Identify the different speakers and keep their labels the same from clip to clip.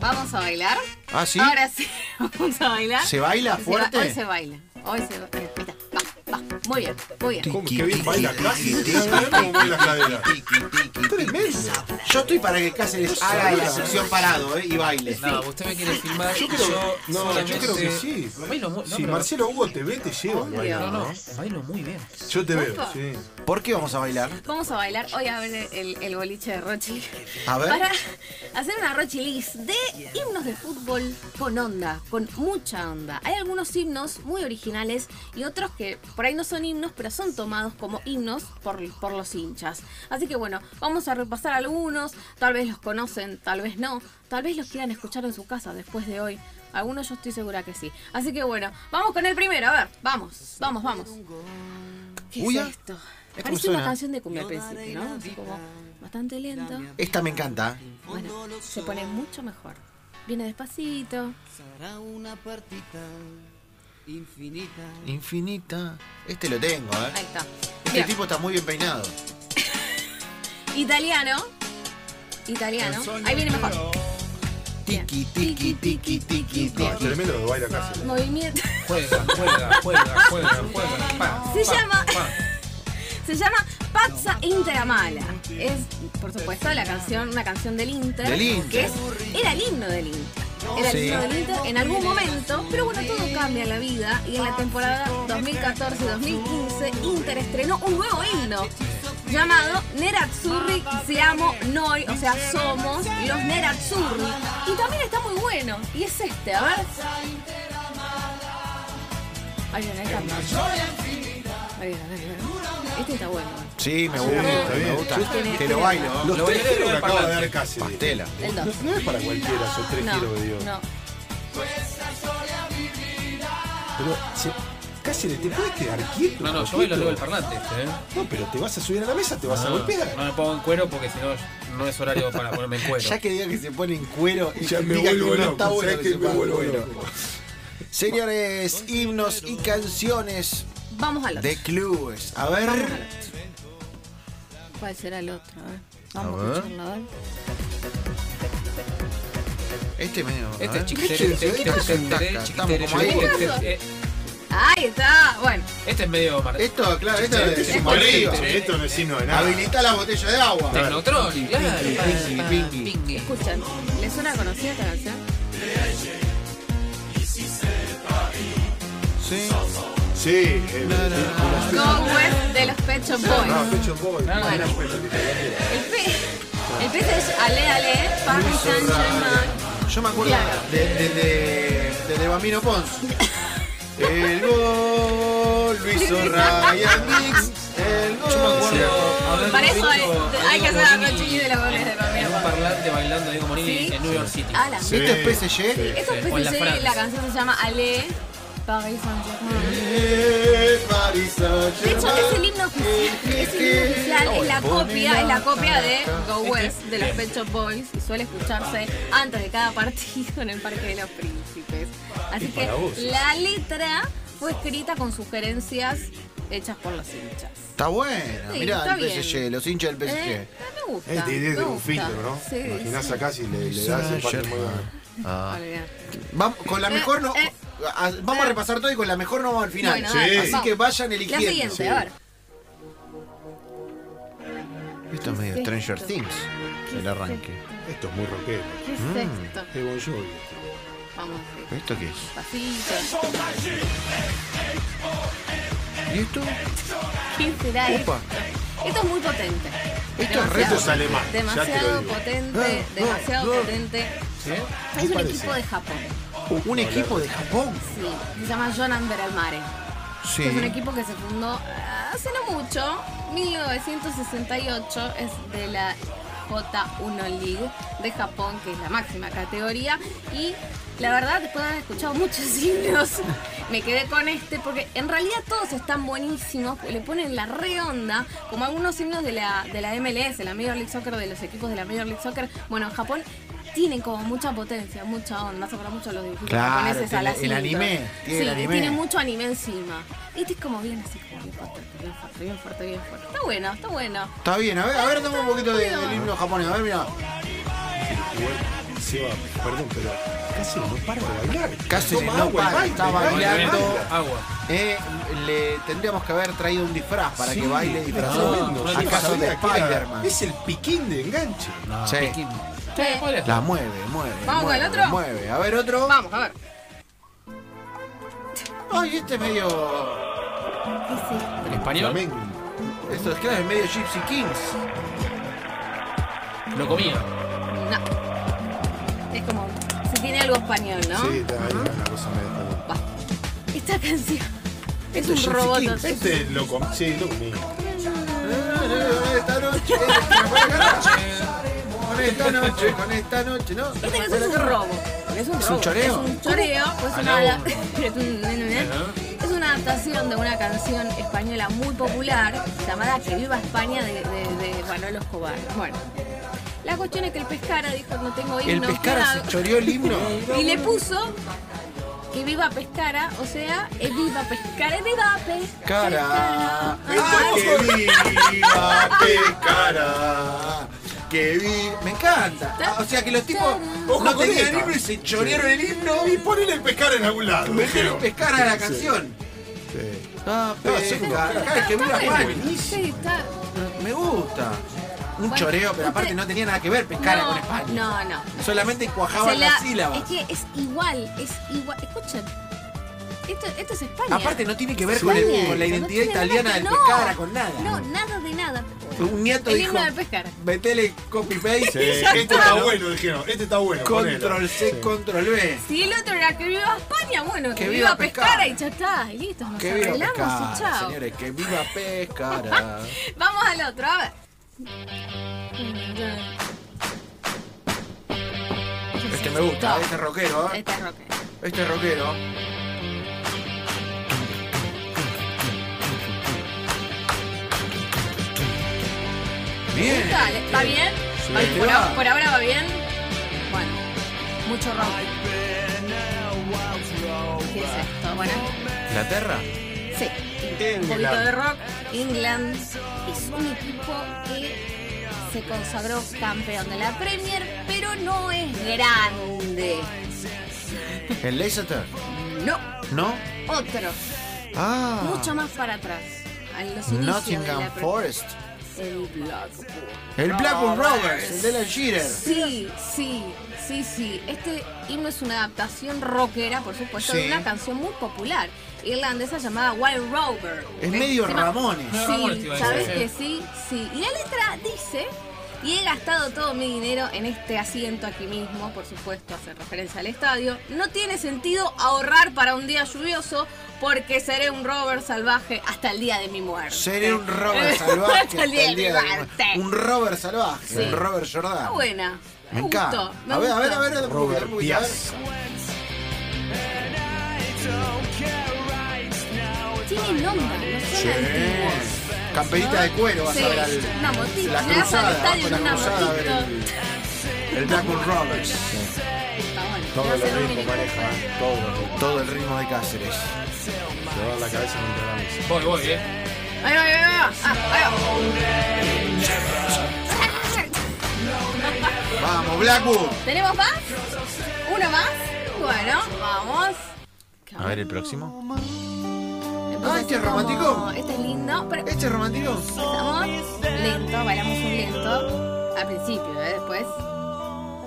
Speaker 1: ¿Vamos a bailar?
Speaker 2: Ah, sí.
Speaker 1: Ahora sí, vamos a bailar.
Speaker 2: ¿Se baila
Speaker 1: Se ba-
Speaker 2: fuerte?
Speaker 1: Hoy se baila. Hoy se baila. Va, va. Muy bien, muy bien.
Speaker 3: ¿Cómo? Qué bien baila ¿eh? Cáceres. Mirá, mirá cómo baila cadera.
Speaker 2: Tremendo. Yo estoy para que Cáceres haga la sección parado eh, y baile.
Speaker 4: No, usted me quiere filmar.
Speaker 3: Yo
Speaker 4: y
Speaker 3: creo, no,
Speaker 4: solamente-
Speaker 3: yo creo que sí.
Speaker 4: Bailo muy, no,
Speaker 3: si
Speaker 4: pero-
Speaker 3: Marcelo Hugo te ve, te lleva.
Speaker 1: Obvio.
Speaker 3: bailando.
Speaker 4: no, no, bailo muy bien.
Speaker 3: Yo te veo,
Speaker 1: Opa.
Speaker 3: sí.
Speaker 2: ¿Por qué vamos a bailar?
Speaker 1: Vamos a bailar. Hoy a ver el, el boliche de Rochi.
Speaker 2: A ver.
Speaker 1: Para hacer una Rochi List de himnos de fútbol con onda, con mucha onda. Hay algunos himnos muy originales y otros que por ahí no son himnos, pero son tomados como himnos por, por los hinchas. Así que bueno, vamos a repasar algunos. Tal vez los conocen, tal vez no. Tal vez los quieran escuchar en su casa después de hoy. Algunos yo estoy segura que sí. Así que bueno, vamos con el primero. A ver, vamos, vamos, vamos. ¿Qué
Speaker 2: Uy, ah.
Speaker 1: es esto?
Speaker 2: Es como
Speaker 1: Parece una
Speaker 2: suena.
Speaker 1: canción de cumbia al principio, ¿no? Así como bastante lento.
Speaker 2: Esta me encanta.
Speaker 1: Bueno, se pone mucho mejor. Viene despacito.
Speaker 5: Será una partita infinita.
Speaker 2: Infinita. Este lo tengo,
Speaker 1: Ahí
Speaker 2: ¿eh?
Speaker 1: está.
Speaker 2: Este
Speaker 1: Bien.
Speaker 2: tipo está muy bien peinado.
Speaker 1: Italiano. Italiano. Ahí viene mejor. Bien.
Speaker 2: Tiki, tiki, tiki, tiki,
Speaker 3: No,
Speaker 2: tiki.
Speaker 3: Ah, tremendo lo que baila Cáceres.
Speaker 1: Movimiento.
Speaker 4: Juega, juega, juega, juega, juega. pa,
Speaker 1: Se
Speaker 4: pa,
Speaker 1: llama-
Speaker 4: pa.
Speaker 1: Se llama Pazza Interamala. Es, por supuesto, la canción, una canción del Inter.
Speaker 2: Del Inter.
Speaker 1: Que es, era el himno del Inter. Era el
Speaker 2: Sí.
Speaker 1: himno del Inter en algún momento, pero bueno, todo cambia en la vida. Y en la temporada 2014-2015, Inter estrenó un nuevo himno llamado Nerazzurri Siamo Noi, o sea, somos los Nerazzurri. Y también está muy bueno. Y es este, a ver. Ahí viene, ahí cambia. Ahí viene, ahí viene. Este está bueno.
Speaker 2: Sí, me gusta,
Speaker 3: está bien.
Speaker 2: me gusta.
Speaker 1: Yo
Speaker 2: Te lo bailo.
Speaker 3: Los
Speaker 4: Lo
Speaker 3: tres
Speaker 4: bailaré
Speaker 3: giros que
Speaker 4: del
Speaker 3: acaba de
Speaker 4: parlante.
Speaker 3: dar Cáceres.
Speaker 2: Pastela.
Speaker 1: El
Speaker 3: No,
Speaker 1: 2.
Speaker 3: no es para cualquiera esos tres
Speaker 1: No,
Speaker 3: giros que dio.
Speaker 1: no.
Speaker 3: Pero, se- Cáceres, ¿te puedes quedar quieto?
Speaker 4: No, no, yo
Speaker 3: poquito?
Speaker 4: bailo luego el Ah. parlante. este, ¿eh?
Speaker 3: No, pero te vas a subir a la mesa, te vas a
Speaker 4: No,
Speaker 3: golpear.
Speaker 4: no me pongo en cuero porque si no, no es horario para ponerme en cuero.
Speaker 2: Ya que diga que se pone en cuero,
Speaker 3: Ya me
Speaker 2: diga que
Speaker 3: vuelvo
Speaker 2: no
Speaker 3: loco,
Speaker 2: está bueno
Speaker 3: ¿sabes
Speaker 2: que
Speaker 3: que
Speaker 2: se
Speaker 3: me
Speaker 2: ponga en
Speaker 3: vuelvo
Speaker 2: cuero.
Speaker 3: loco?
Speaker 2: Señores, himnos y canciones
Speaker 1: Vamos al otro.
Speaker 2: de clubes. A ver.
Speaker 1: Vamos al otro. ¿Cuál será el otro? A ver. Vamos
Speaker 2: A
Speaker 1: a,
Speaker 2: ver.
Speaker 1: escucharlo. A ver.
Speaker 2: Este medio. a
Speaker 4: Este
Speaker 2: ver.
Speaker 4: es chiquitere,
Speaker 2: Este
Speaker 4: este
Speaker 2: es
Speaker 4: es chiquitere,
Speaker 2: taca,
Speaker 4: chiquitere,
Speaker 2: estamos como ahí.
Speaker 4: chiquitere, eh,
Speaker 1: Ahí está. Bueno,
Speaker 4: Este es medio mar...
Speaker 2: Esto, claro, esto es
Speaker 4: Este-
Speaker 2: sumarido.
Speaker 4: Este-
Speaker 3: Che, Esto no es signo de nada.
Speaker 2: Habilita la botella de agua.
Speaker 4: Tecnotronic, claro.
Speaker 2: Pingui,
Speaker 4: Pa,
Speaker 2: pingui.
Speaker 4: pingui.
Speaker 1: escuchan. ¿Les suena conocida esta canción?
Speaker 2: Sí.
Speaker 3: Sí, eh,
Speaker 1: Go West de los Pet Shop
Speaker 3: no,
Speaker 1: Boys.
Speaker 3: Pecho Boy.
Speaker 1: Bueno. El pez. El pez es Ale Ale, Paris Saint Germain.
Speaker 2: Yo me acuerdo
Speaker 1: Claro.
Speaker 2: de, de, de, de- de Bambino Pons. El gol lo hizo Ryan Mix. El gol.
Speaker 4: Yo me acuerdo haber
Speaker 1: Para eso
Speaker 4: visto
Speaker 1: hay,
Speaker 4: a
Speaker 1: hay que hacer
Speaker 4: Diego
Speaker 1: la
Speaker 4: Bonini
Speaker 1: rochilla de la bolera de
Speaker 4: en un
Speaker 1: Romeo.
Speaker 4: parlante bailando Diego Morini
Speaker 1: ¿Sí?
Speaker 4: en New York City.
Speaker 1: Ala.
Speaker 3: Sí.
Speaker 2: ¿Esto es PSG?
Speaker 1: Esto es
Speaker 4: O en la
Speaker 1: PSG,
Speaker 4: Francia.
Speaker 1: la canción se llama Ale, Paris Saint Germain.
Speaker 2: Eh, Paris Saint-Germain.
Speaker 1: De hecho, es el himno oficial, es, el himno oficial, es la copia, es la copia de Go West de los Pet Shop Boys y suele escucharse antes de cada partido en el Parque de los Príncipes. Así que
Speaker 3: para vos.
Speaker 1: la letra fue escrita con sugerencias hechas por los hinchas.
Speaker 2: Está bueno,
Speaker 1: Sí,
Speaker 2: mirá
Speaker 1: está
Speaker 2: el
Speaker 1: bien.
Speaker 2: PSG, los hinchas del PSG.
Speaker 1: Eh, me gusta.
Speaker 3: Eh, te idea
Speaker 1: me
Speaker 3: de un
Speaker 1: gusta.
Speaker 3: filtro, ¿no?
Speaker 1: Sí,
Speaker 3: Imaginás
Speaker 1: sí.
Speaker 3: acá si le, le das el palo muy bueno.
Speaker 2: Ah.
Speaker 1: Olvidar.
Speaker 2: Vamos, con la mejor no.
Speaker 1: Eh,
Speaker 2: a- vamos a repasar todo y con la mejor no vamos al final.
Speaker 1: Bueno,
Speaker 3: Sí.
Speaker 1: dale,
Speaker 2: Así
Speaker 1: vamos.
Speaker 2: que vayan
Speaker 1: La
Speaker 2: eligiendo.
Speaker 1: siguiente,
Speaker 2: Sí.
Speaker 1: a ver.
Speaker 2: Esto es medio
Speaker 1: ¿Qué es
Speaker 2: Stranger
Speaker 1: esto?
Speaker 2: Things, el arranque.
Speaker 3: Esto es muy rockero.
Speaker 1: ¿Qué es esto?
Speaker 3: Es Bon Jovi.
Speaker 1: Vamos, sí,
Speaker 2: ¿Esto qué es?
Speaker 1: despacito.
Speaker 2: ¿Y esto?
Speaker 1: ¿Qué será esto?
Speaker 2: Opa.
Speaker 1: Esto es muy potente.
Speaker 2: Esto es
Speaker 1: Demasiado-
Speaker 2: reto Ah,
Speaker 3: es alemán, ya te lo
Speaker 1: Demasiado
Speaker 3: digo.
Speaker 1: potente, demasiado potente.
Speaker 4: ¿Sí?
Speaker 1: Es un
Speaker 3: parece?
Speaker 1: equipo de Japón.
Speaker 2: Un equipo de Japón.
Speaker 1: Sí, se llama Jonan Beralmare.
Speaker 2: Sí.
Speaker 1: Es un equipo que se fundó hace no mucho, 1968, es de la J1 League de Japón, que es la máxima categoría. Y la verdad, después de haber escuchado muchos himnos, me quedé con este, porque en realidad todos están buenísimos, le ponen la redonda, como algunos himnos de la, de la MLS, la Major League Soccer, de los equipos de la Major League Soccer. Bueno, en Japón tienen como mucha potencia, mucha onda, me hace acordar mucho a los dibujitos
Speaker 2: Claro,
Speaker 1: japoneses al
Speaker 2: tiene el
Speaker 1: asunto.
Speaker 2: anime, tiene el
Speaker 1: Sí,
Speaker 2: anime.
Speaker 1: tiene mucho anime encima. Este es como bien así, como bien fuerte, bien fuerte, bien fuerte, bien fuerte. Está bueno, está bueno.
Speaker 2: Está bien, a ver, a ver, dame un poquito de-
Speaker 1: Está
Speaker 2: del himno japonés, a ver, mira.
Speaker 3: Igual, Si Seba, perdón, pero casi no para de bailar.
Speaker 2: Cáceres
Speaker 3: Toma
Speaker 2: no
Speaker 3: agua y
Speaker 2: para,
Speaker 3: baila,
Speaker 2: está
Speaker 3: baila,
Speaker 2: bailando.
Speaker 3: baila.
Speaker 4: Agua.
Speaker 2: Eh, le tendríamos que haber traído un disfraz para
Speaker 3: Sí,
Speaker 2: que baile disfrazado.
Speaker 3: tremendo.
Speaker 4: no,
Speaker 3: Yo
Speaker 2: Acá soy
Speaker 3: sabía
Speaker 2: de
Speaker 3: que era-
Speaker 2: Spider-Man.
Speaker 3: Es el piquín de enganche.
Speaker 4: No,
Speaker 2: Sí.
Speaker 4: Pekín.
Speaker 1: Sí.
Speaker 4: ¿Cuál es?
Speaker 2: La mueve, mueve.
Speaker 1: ¿Vamos con
Speaker 2: mueve,
Speaker 1: el otro?
Speaker 2: Mueve. A ver, otro.
Speaker 1: Vamos, a ver.
Speaker 2: Ay, este es medio.
Speaker 4: ¿En español?
Speaker 3: Flamenco.
Speaker 1: Ah.
Speaker 2: Esto es claro, es medio Gypsy Kings.
Speaker 4: No comía.
Speaker 1: No. Es como. Se tiene algo español, ¿no?
Speaker 3: Sí, está ahí
Speaker 1: Ah.
Speaker 3: una cosa medio.
Speaker 1: Va. Esta canción. Es un
Speaker 3: Gypsy
Speaker 1: robot.
Speaker 3: King.
Speaker 1: es un-
Speaker 3: Este lo com- Sí, lo comí.
Speaker 2: Esta noche, con esta noche, con esta noche, ¿no?
Speaker 1: Esta canción es un robo. Es un,
Speaker 2: ¿Es un
Speaker 1: robo.
Speaker 2: choreo?
Speaker 1: Es un choreo. pues
Speaker 4: A
Speaker 1: una-
Speaker 4: la
Speaker 1: es un- es una adaptación de una canción española muy popular llamada Que viva España de, de, de Manolo Escobar. Bueno. La cuestión es que el pescara dijo no tengo himno.
Speaker 2: El
Speaker 1: ¿qué
Speaker 2: pescara
Speaker 1: hago?"
Speaker 2: se choreó el himno.
Speaker 1: Y le puso que viva pescara, o sea, es viva pescara, es viva pescara.
Speaker 2: Cara.
Speaker 1: Ah,
Speaker 2: que viva, que cara. Que viva. Me encanta. Ah, O sea que los tipos
Speaker 3: Ojo
Speaker 2: no
Speaker 3: con
Speaker 2: tenían
Speaker 3: esta.
Speaker 2: himno y se chorearon el himno
Speaker 3: Y ponele pescar en algún lado.
Speaker 2: y dejaron
Speaker 3: creo.
Speaker 2: pescar a la
Speaker 3: Sí,
Speaker 2: canción.
Speaker 3: sí.
Speaker 2: Ah,
Speaker 3: No, son unos
Speaker 2: pesca.
Speaker 3: caras.
Speaker 2: Cara, que viva España.
Speaker 1: sí, está.
Speaker 2: Me gusta. Un
Speaker 1: Bueno,
Speaker 2: choreo, pero aparte
Speaker 1: usted-
Speaker 2: no tenía nada que ver pescara
Speaker 1: no,
Speaker 2: con España.
Speaker 1: No, no.
Speaker 2: Solamente
Speaker 1: Se
Speaker 2: cuajaban
Speaker 1: la-
Speaker 2: las sílabas.
Speaker 1: Es que es igual, es igual. Escuchen. Esto, esto es España.
Speaker 2: Aparte no tiene que ver
Speaker 3: Sí.
Speaker 2: con, el-
Speaker 1: España.
Speaker 2: con la
Speaker 1: No
Speaker 2: identidad
Speaker 1: tiene
Speaker 2: italiana
Speaker 1: nada que-
Speaker 2: del
Speaker 1: no,
Speaker 2: pescara, con nada.
Speaker 1: No, nada de nada.
Speaker 2: Un nieto
Speaker 1: El
Speaker 2: dijo,
Speaker 1: himno del pescara.
Speaker 2: metele copy-paste,
Speaker 3: Sí,
Speaker 2: eh,
Speaker 3: este está bueno, dijeron. Este está bueno.
Speaker 2: control C, control V.
Speaker 1: Si el otro era que viva España, bueno, que,
Speaker 2: Que
Speaker 1: viva
Speaker 2: viva
Speaker 1: pescara
Speaker 2: Pescara.
Speaker 1: y ya está. Y listo, nos
Speaker 2: Que viva
Speaker 1: arreglamos y
Speaker 2: pescara,
Speaker 1: chao.
Speaker 2: señores, que viva pescara.
Speaker 1: Vamos al otro, a ver.
Speaker 2: Este me gusta, este es rockero, ¿eh?
Speaker 1: Este es rock.
Speaker 2: Este es rockero. Bien.
Speaker 1: Dale, ¿va bien?
Speaker 2: Sí,
Speaker 1: Hoy
Speaker 2: te
Speaker 1: por,
Speaker 2: va.
Speaker 1: a- por ahora va bien. Bueno, mucho rock. ¿Qué es esto? Bueno,
Speaker 2: ¿Inglaterra?
Speaker 1: sí. Un poquito de rock. England es un equipo que se consagró campeón de la Premier, pero no es grande.
Speaker 2: ¿El Leicester?
Speaker 1: No,
Speaker 2: ¿No?
Speaker 1: otro.
Speaker 2: Ah.
Speaker 1: Mucho más para atrás. En los inicios de
Speaker 2: Nottingham
Speaker 1: la Premier.
Speaker 2: Forest.
Speaker 1: El Blackpool.
Speaker 2: El Blackwood Rovers, el de la Shearer.
Speaker 1: Sí, sí, sí, sí. Este himno es una adaptación rockera, por supuesto, de
Speaker 2: Sí.
Speaker 1: una canción muy popular irlandesa llamada Wild Rover.
Speaker 2: Es medio
Speaker 1: Encima-
Speaker 2: Ramones.
Speaker 4: No, Ramones te
Speaker 1: Sí,
Speaker 4: iba a
Speaker 1: ¿sabes
Speaker 4: decir.
Speaker 1: que sí? Sí. Y la letra dice, y he gastado todo mi dinero en este asiento aquí mismo, por supuesto, hace referencia al estadio. No tiene sentido ahorrar para un día lluvioso porque seré un rover salvaje hasta el día de mi muerte.
Speaker 2: Seré un Robert salvaje.
Speaker 1: hasta el día de mi muerte.
Speaker 2: Un Robert salvaje,
Speaker 1: Sí.
Speaker 2: un Robert
Speaker 1: Está
Speaker 2: Jordan.
Speaker 1: buena.
Speaker 2: Me
Speaker 1: gustó,
Speaker 2: encanta.
Speaker 1: me
Speaker 2: a ver, a ver,
Speaker 1: gustó.
Speaker 2: a ver, un poquito,
Speaker 3: Robert
Speaker 2: un poquito, a ver.
Speaker 3: Piazza.
Speaker 1: Tienen onda, no son
Speaker 2: Sí.
Speaker 1: antiguos.
Speaker 2: Camperita de cuero vas
Speaker 1: Sí,
Speaker 2: a ver al,
Speaker 1: una motita,
Speaker 2: la
Speaker 1: le das al
Speaker 2: cruzada,
Speaker 1: estadio
Speaker 2: vas con
Speaker 1: una
Speaker 2: la cruzada a ver
Speaker 1: motito.
Speaker 2: el, el Blackwood Rovers.
Speaker 1: Está bueno,
Speaker 3: Todo
Speaker 1: va a
Speaker 3: lo
Speaker 1: ser un
Speaker 3: rico
Speaker 1: mini-
Speaker 3: maneja, ¿eh? todo lo rico.
Speaker 2: Todo el ritmo de Cáceres.
Speaker 3: Llevar la cabeza contra la mesa.
Speaker 4: Voy, voy, eh.
Speaker 1: Ahí va, ahí va, ahí va. Ah, ahí va.
Speaker 2: Vamos, Blackwood.
Speaker 1: ¿Tenemos más? ¿Uno más? Bueno, vamos.
Speaker 2: A ver el próximo.
Speaker 1: Empieza
Speaker 2: Ah,
Speaker 1: así
Speaker 2: este es romántico.
Speaker 1: como- Este es lindo, pero
Speaker 2: Este es romántico.
Speaker 1: estamos lento, bailamos un lento. Al principio, ¿eh? después.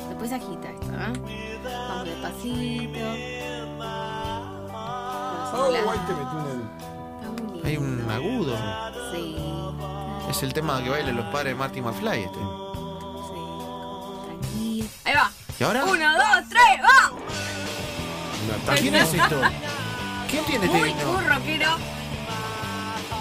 Speaker 1: Después agita esto, ¿eh? Vamos despacito.
Speaker 3: Oh,
Speaker 1: Corazón
Speaker 3: ahí
Speaker 1: blanco,
Speaker 3: te metí una.
Speaker 1: está muy lindo.
Speaker 2: Hay un agudo.
Speaker 1: Sí.
Speaker 2: Es el tema que bailan los padres de Marty McFly este.
Speaker 1: Sí. Tranquilo. Ahí va.
Speaker 2: ¿Y ahora?
Speaker 1: Uno, dos, tres, va.
Speaker 3: una
Speaker 2: ¿A
Speaker 3: taza.
Speaker 2: quién es esto? ¿Quién tiene este
Speaker 1: Muy, muy
Speaker 2: himno?
Speaker 1: rockero.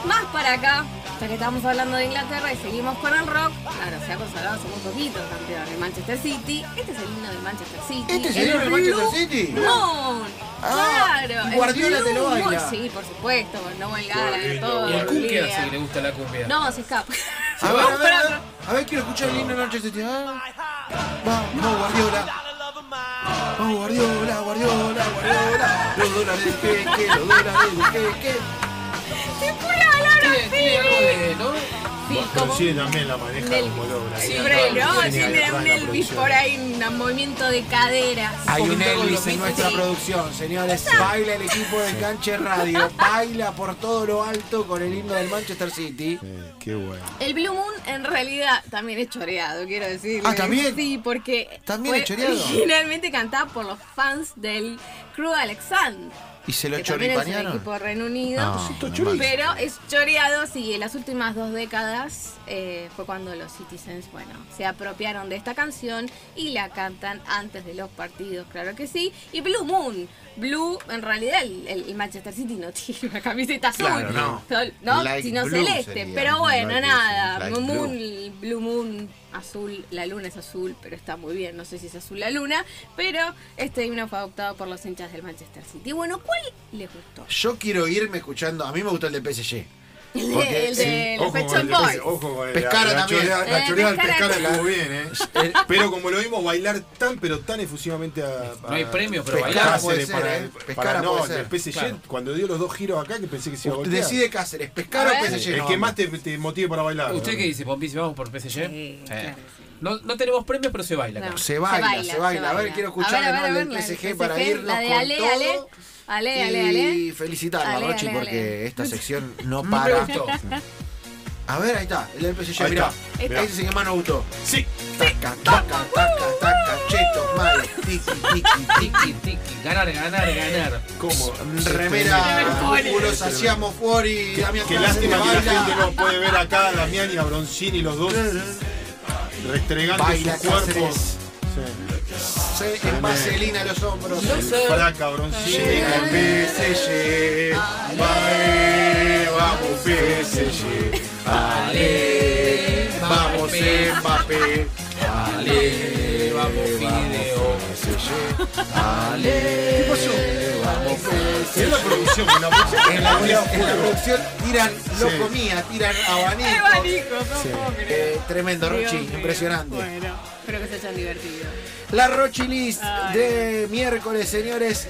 Speaker 1: Más para acá, ya que estamos hablando de Inglaterra y seguimos con el rock. Claro, se ha consagrado hace muy poquito campeón de Manchester City. Este es el himno del Manchester City.
Speaker 2: ¿Este es el himno del Manchester City?
Speaker 1: No.
Speaker 2: Ah,
Speaker 1: claro. el
Speaker 2: Guardiola te lo
Speaker 1: Blue
Speaker 2: baila.
Speaker 1: Moon. Sí, por supuesto, con Noel Gallagher, todo.
Speaker 4: ¿Y el
Speaker 1: Bolivia.
Speaker 4: cumbia? Sí, le gusta la cumbia.
Speaker 1: No, se escapa.
Speaker 2: A ver, a ver, a ver. A ver, quiero escuchar el himno de Manchester City. Ah. Vamos, Guardiola. Vamos, Guardiola, Guardiola, Guardiola. Los dólares del peque, los dólares del peque.
Speaker 1: ¡Te pura la hora,
Speaker 4: Tiene- Tiene algo de, ¿no?
Speaker 1: Sí,
Speaker 6: Pero
Speaker 1: como
Speaker 6: sí, también la maneja
Speaker 1: Del-
Speaker 6: como logra.
Speaker 1: Sí,
Speaker 6: Ahí
Speaker 1: pero
Speaker 6: está,
Speaker 1: no,
Speaker 6: genial,
Speaker 1: tiene
Speaker 6: atrás
Speaker 1: un
Speaker 6: la
Speaker 1: Elvis
Speaker 6: producción.
Speaker 1: por ahí, un movimiento de caderas.
Speaker 7: Hay un
Speaker 2: poquito con
Speaker 7: Elvis
Speaker 2: los
Speaker 7: en
Speaker 2: mismos,
Speaker 7: nuestra
Speaker 1: sí.
Speaker 7: producción, señores. Baila el equipo de Canche Radio. Baila por todo lo alto con el himno del Manchester City.
Speaker 6: Eh, qué bueno.
Speaker 1: El Blue Moon en realidad también es choreado, quiero decir.
Speaker 2: Ah, ¿también?
Speaker 1: Sí, porque
Speaker 2: ¿También
Speaker 1: fue
Speaker 2: es choreado?
Speaker 1: originalmente cantado por los fans del Crew Alexander.
Speaker 2: ¿Y se lo
Speaker 1: que también es un
Speaker 2: choripanearon?
Speaker 1: equipo de Reino Unido.
Speaker 2: No, Esto es chorí.
Speaker 1: pero es choreado, sí, en las últimas dos décadas eh, fue cuando los Citizens, bueno, se apropiaron de esta canción y la cantan antes de los partidos, claro que sí. Y Blue Moon. Blue, en realidad, el, el- el Manchester City no tiene una camiseta azul,
Speaker 2: Claro, no.
Speaker 1: sol- ¿no?
Speaker 2: Light
Speaker 1: sino
Speaker 2: blue
Speaker 1: celeste.
Speaker 2: sería,
Speaker 1: pero bueno,
Speaker 6: light blue,
Speaker 1: nada.
Speaker 6: light
Speaker 1: Blue Moon,
Speaker 6: blue.
Speaker 1: el Blue Moon azul, la luna es azul, pero está muy bien, no sé si es azul la luna, pero este himno fue adoptado por los hinchas del Manchester City. Bueno, ¿cuál les gustó?
Speaker 2: Yo quiero irme escuchando. A mí me gustó el de PSG.
Speaker 1: El de,
Speaker 2: Porque,
Speaker 1: el
Speaker 2: sí,
Speaker 1: de los
Speaker 6: Ojo
Speaker 1: Pet
Speaker 6: con
Speaker 1: Shop
Speaker 6: el de-
Speaker 1: Boys.
Speaker 6: Ojo con el
Speaker 2: Pescara
Speaker 6: la
Speaker 2: también.
Speaker 3: choreada-
Speaker 1: Eh,
Speaker 3: La choreada del
Speaker 1: pescara-
Speaker 3: pescara estuvo bien, ¿eh? Eh, Pero como lo vimos bailar tan, pero tan efusivamente a. a-
Speaker 4: No hay premio, pero
Speaker 6: Pescara
Speaker 4: bailar.
Speaker 6: puede
Speaker 2: Cáceres
Speaker 6: ser,
Speaker 2: para-
Speaker 6: eh.
Speaker 2: para-
Speaker 6: Pescara
Speaker 2: no,
Speaker 6: puede
Speaker 2: el
Speaker 6: ser.
Speaker 3: PSG,
Speaker 4: Claro.
Speaker 3: cuando dio los dos giros acá, que pensé que se iba a
Speaker 2: Usted
Speaker 3: golpear.
Speaker 2: Decide Cáceres, pescar
Speaker 1: A
Speaker 2: o
Speaker 1: ver.
Speaker 2: PSG.
Speaker 3: el
Speaker 2: No,
Speaker 3: que
Speaker 2: no.
Speaker 3: más te, te motive para bailar.
Speaker 4: ¿Usted qué dice, Pompi? Si vamos por PSG.
Speaker 1: Sí,
Speaker 4: Eh.
Speaker 1: claro, sí.
Speaker 4: no, no tenemos premios, pero se baila.
Speaker 1: No,
Speaker 4: claro.
Speaker 2: Se baila, se baila. A ver, quiero escuchar
Speaker 1: A ver, a
Speaker 2: el
Speaker 1: ver,
Speaker 2: nombre
Speaker 1: a ver,
Speaker 2: del
Speaker 1: la
Speaker 2: PSG para irnos
Speaker 1: La de
Speaker 2: con
Speaker 1: Ale,
Speaker 2: todo.
Speaker 1: Ale. Ale, Ale,
Speaker 2: Y
Speaker 1: Ale.
Speaker 2: felicitarla,
Speaker 1: Ale,
Speaker 2: Rochi,
Speaker 1: ale,
Speaker 2: porque
Speaker 1: ale.
Speaker 2: esta sección no
Speaker 4: No me
Speaker 2: para.
Speaker 4: gustó.
Speaker 2: A ver, ahí está, el del PSG,
Speaker 6: Ahí
Speaker 2: mirá.
Speaker 6: está,
Speaker 1: Ahí
Speaker 2: Ese es el que más nos gustó.
Speaker 6: Sí.
Speaker 2: Taca,
Speaker 1: Uh,
Speaker 2: taca, taca, taca, chetos, mal, tiki, tiki,
Speaker 4: Tiki, tiki. Ganar, ganar, ganar.
Speaker 3: ¿Cómo?
Speaker 2: tiki. Remera, músculos, hacíamos fuori, Damián
Speaker 6: Qué
Speaker 2: Cáceres
Speaker 6: lástima que la
Speaker 2: baila.
Speaker 6: gente no puede ver acá a Damián y a Bronzini, los dos restregando
Speaker 2: Baila
Speaker 6: su cuerpo.
Speaker 2: Cáceres.
Speaker 6: Sí.
Speaker 2: Se- en vaselina los hombros.
Speaker 6: Fraca, Bronzini.
Speaker 2: Llega el PSG, vale, vamos PSG, ale, vamos Mbappé, ale, vamos
Speaker 4: Fideo.
Speaker 2: PSG, ale, vamos
Speaker 6: Es
Speaker 2: PSG.
Speaker 6: la producción, es la producción.
Speaker 2: En la, en la producción tiran lo
Speaker 6: Sí.
Speaker 2: comía, tiran abanico.
Speaker 1: Qué banico, no puedo
Speaker 2: Eh,
Speaker 1: creer.
Speaker 2: tremendo,
Speaker 1: Dios
Speaker 2: Rochi,
Speaker 1: mío.
Speaker 2: impresionante.
Speaker 1: Bueno, espero que se hayan divertido.
Speaker 2: La Rochi List
Speaker 1: Ay.
Speaker 2: de miércoles, señores.